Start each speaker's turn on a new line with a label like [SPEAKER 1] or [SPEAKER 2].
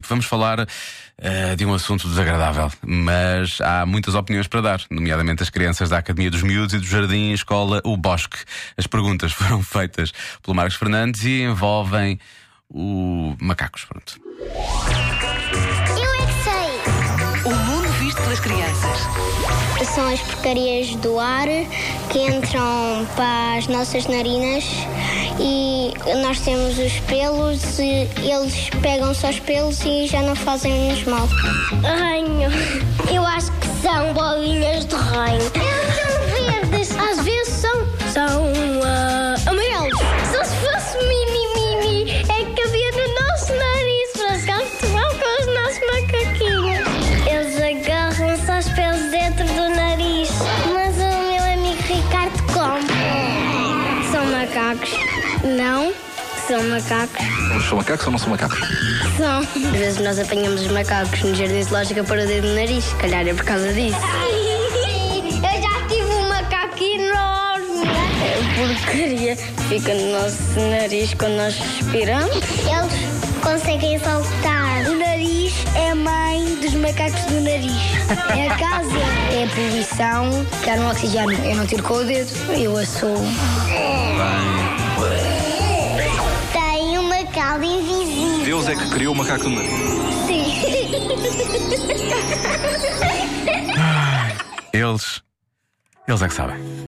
[SPEAKER 1] Vamos falar eh, de um assunto desagradável, mas há muitas opiniões para dar, nomeadamente as crianças da Academia dos Miúdos e do Jardim Escola O Bosque. As perguntas foram feitas pelo Marcos Fernandes e envolvem o macacos, pronto.
[SPEAKER 2] Eu é que sei.
[SPEAKER 3] O mundo visto pelas crianças.
[SPEAKER 2] São as porcarias do ar que entram para as nossas narinas e nós temos os pelos e eles pegam só os pelos e já não fazem-nos mal. Ranho. Eu acho que são bolinhas de ranho. Eles são verdes. Às vezes são, são ah, amarelos. Só se fosse mini, mini, é que havia no nosso nariz para jogar futebol Então, com os nossos macaquinhos. Eles agarram-se aos pelos dentro do nariz. Mas o meu amigo Ricardo come. São macacos. Não, são macacos.
[SPEAKER 4] São macacos ou não são macacos?
[SPEAKER 2] São. Às vezes nós apanhamos os macacos no jardim zoológico para o dedo no nariz. Se calhar é por causa disso. Eu já tive um macaco enorme. Porcaria. Fica no nosso nariz quando nós respiramos. Eles conseguem saltar. O nariz é a mãe dos macacos do nariz. É a casa. É a poluição. Ficar no um oxigênio. Eu não tiro com o dedo. Eu assumo. Tem uma cauda invisível.
[SPEAKER 4] Deus é que criou o macaco do nariz.
[SPEAKER 2] Sim.
[SPEAKER 1] Eles. Eles é que sabem.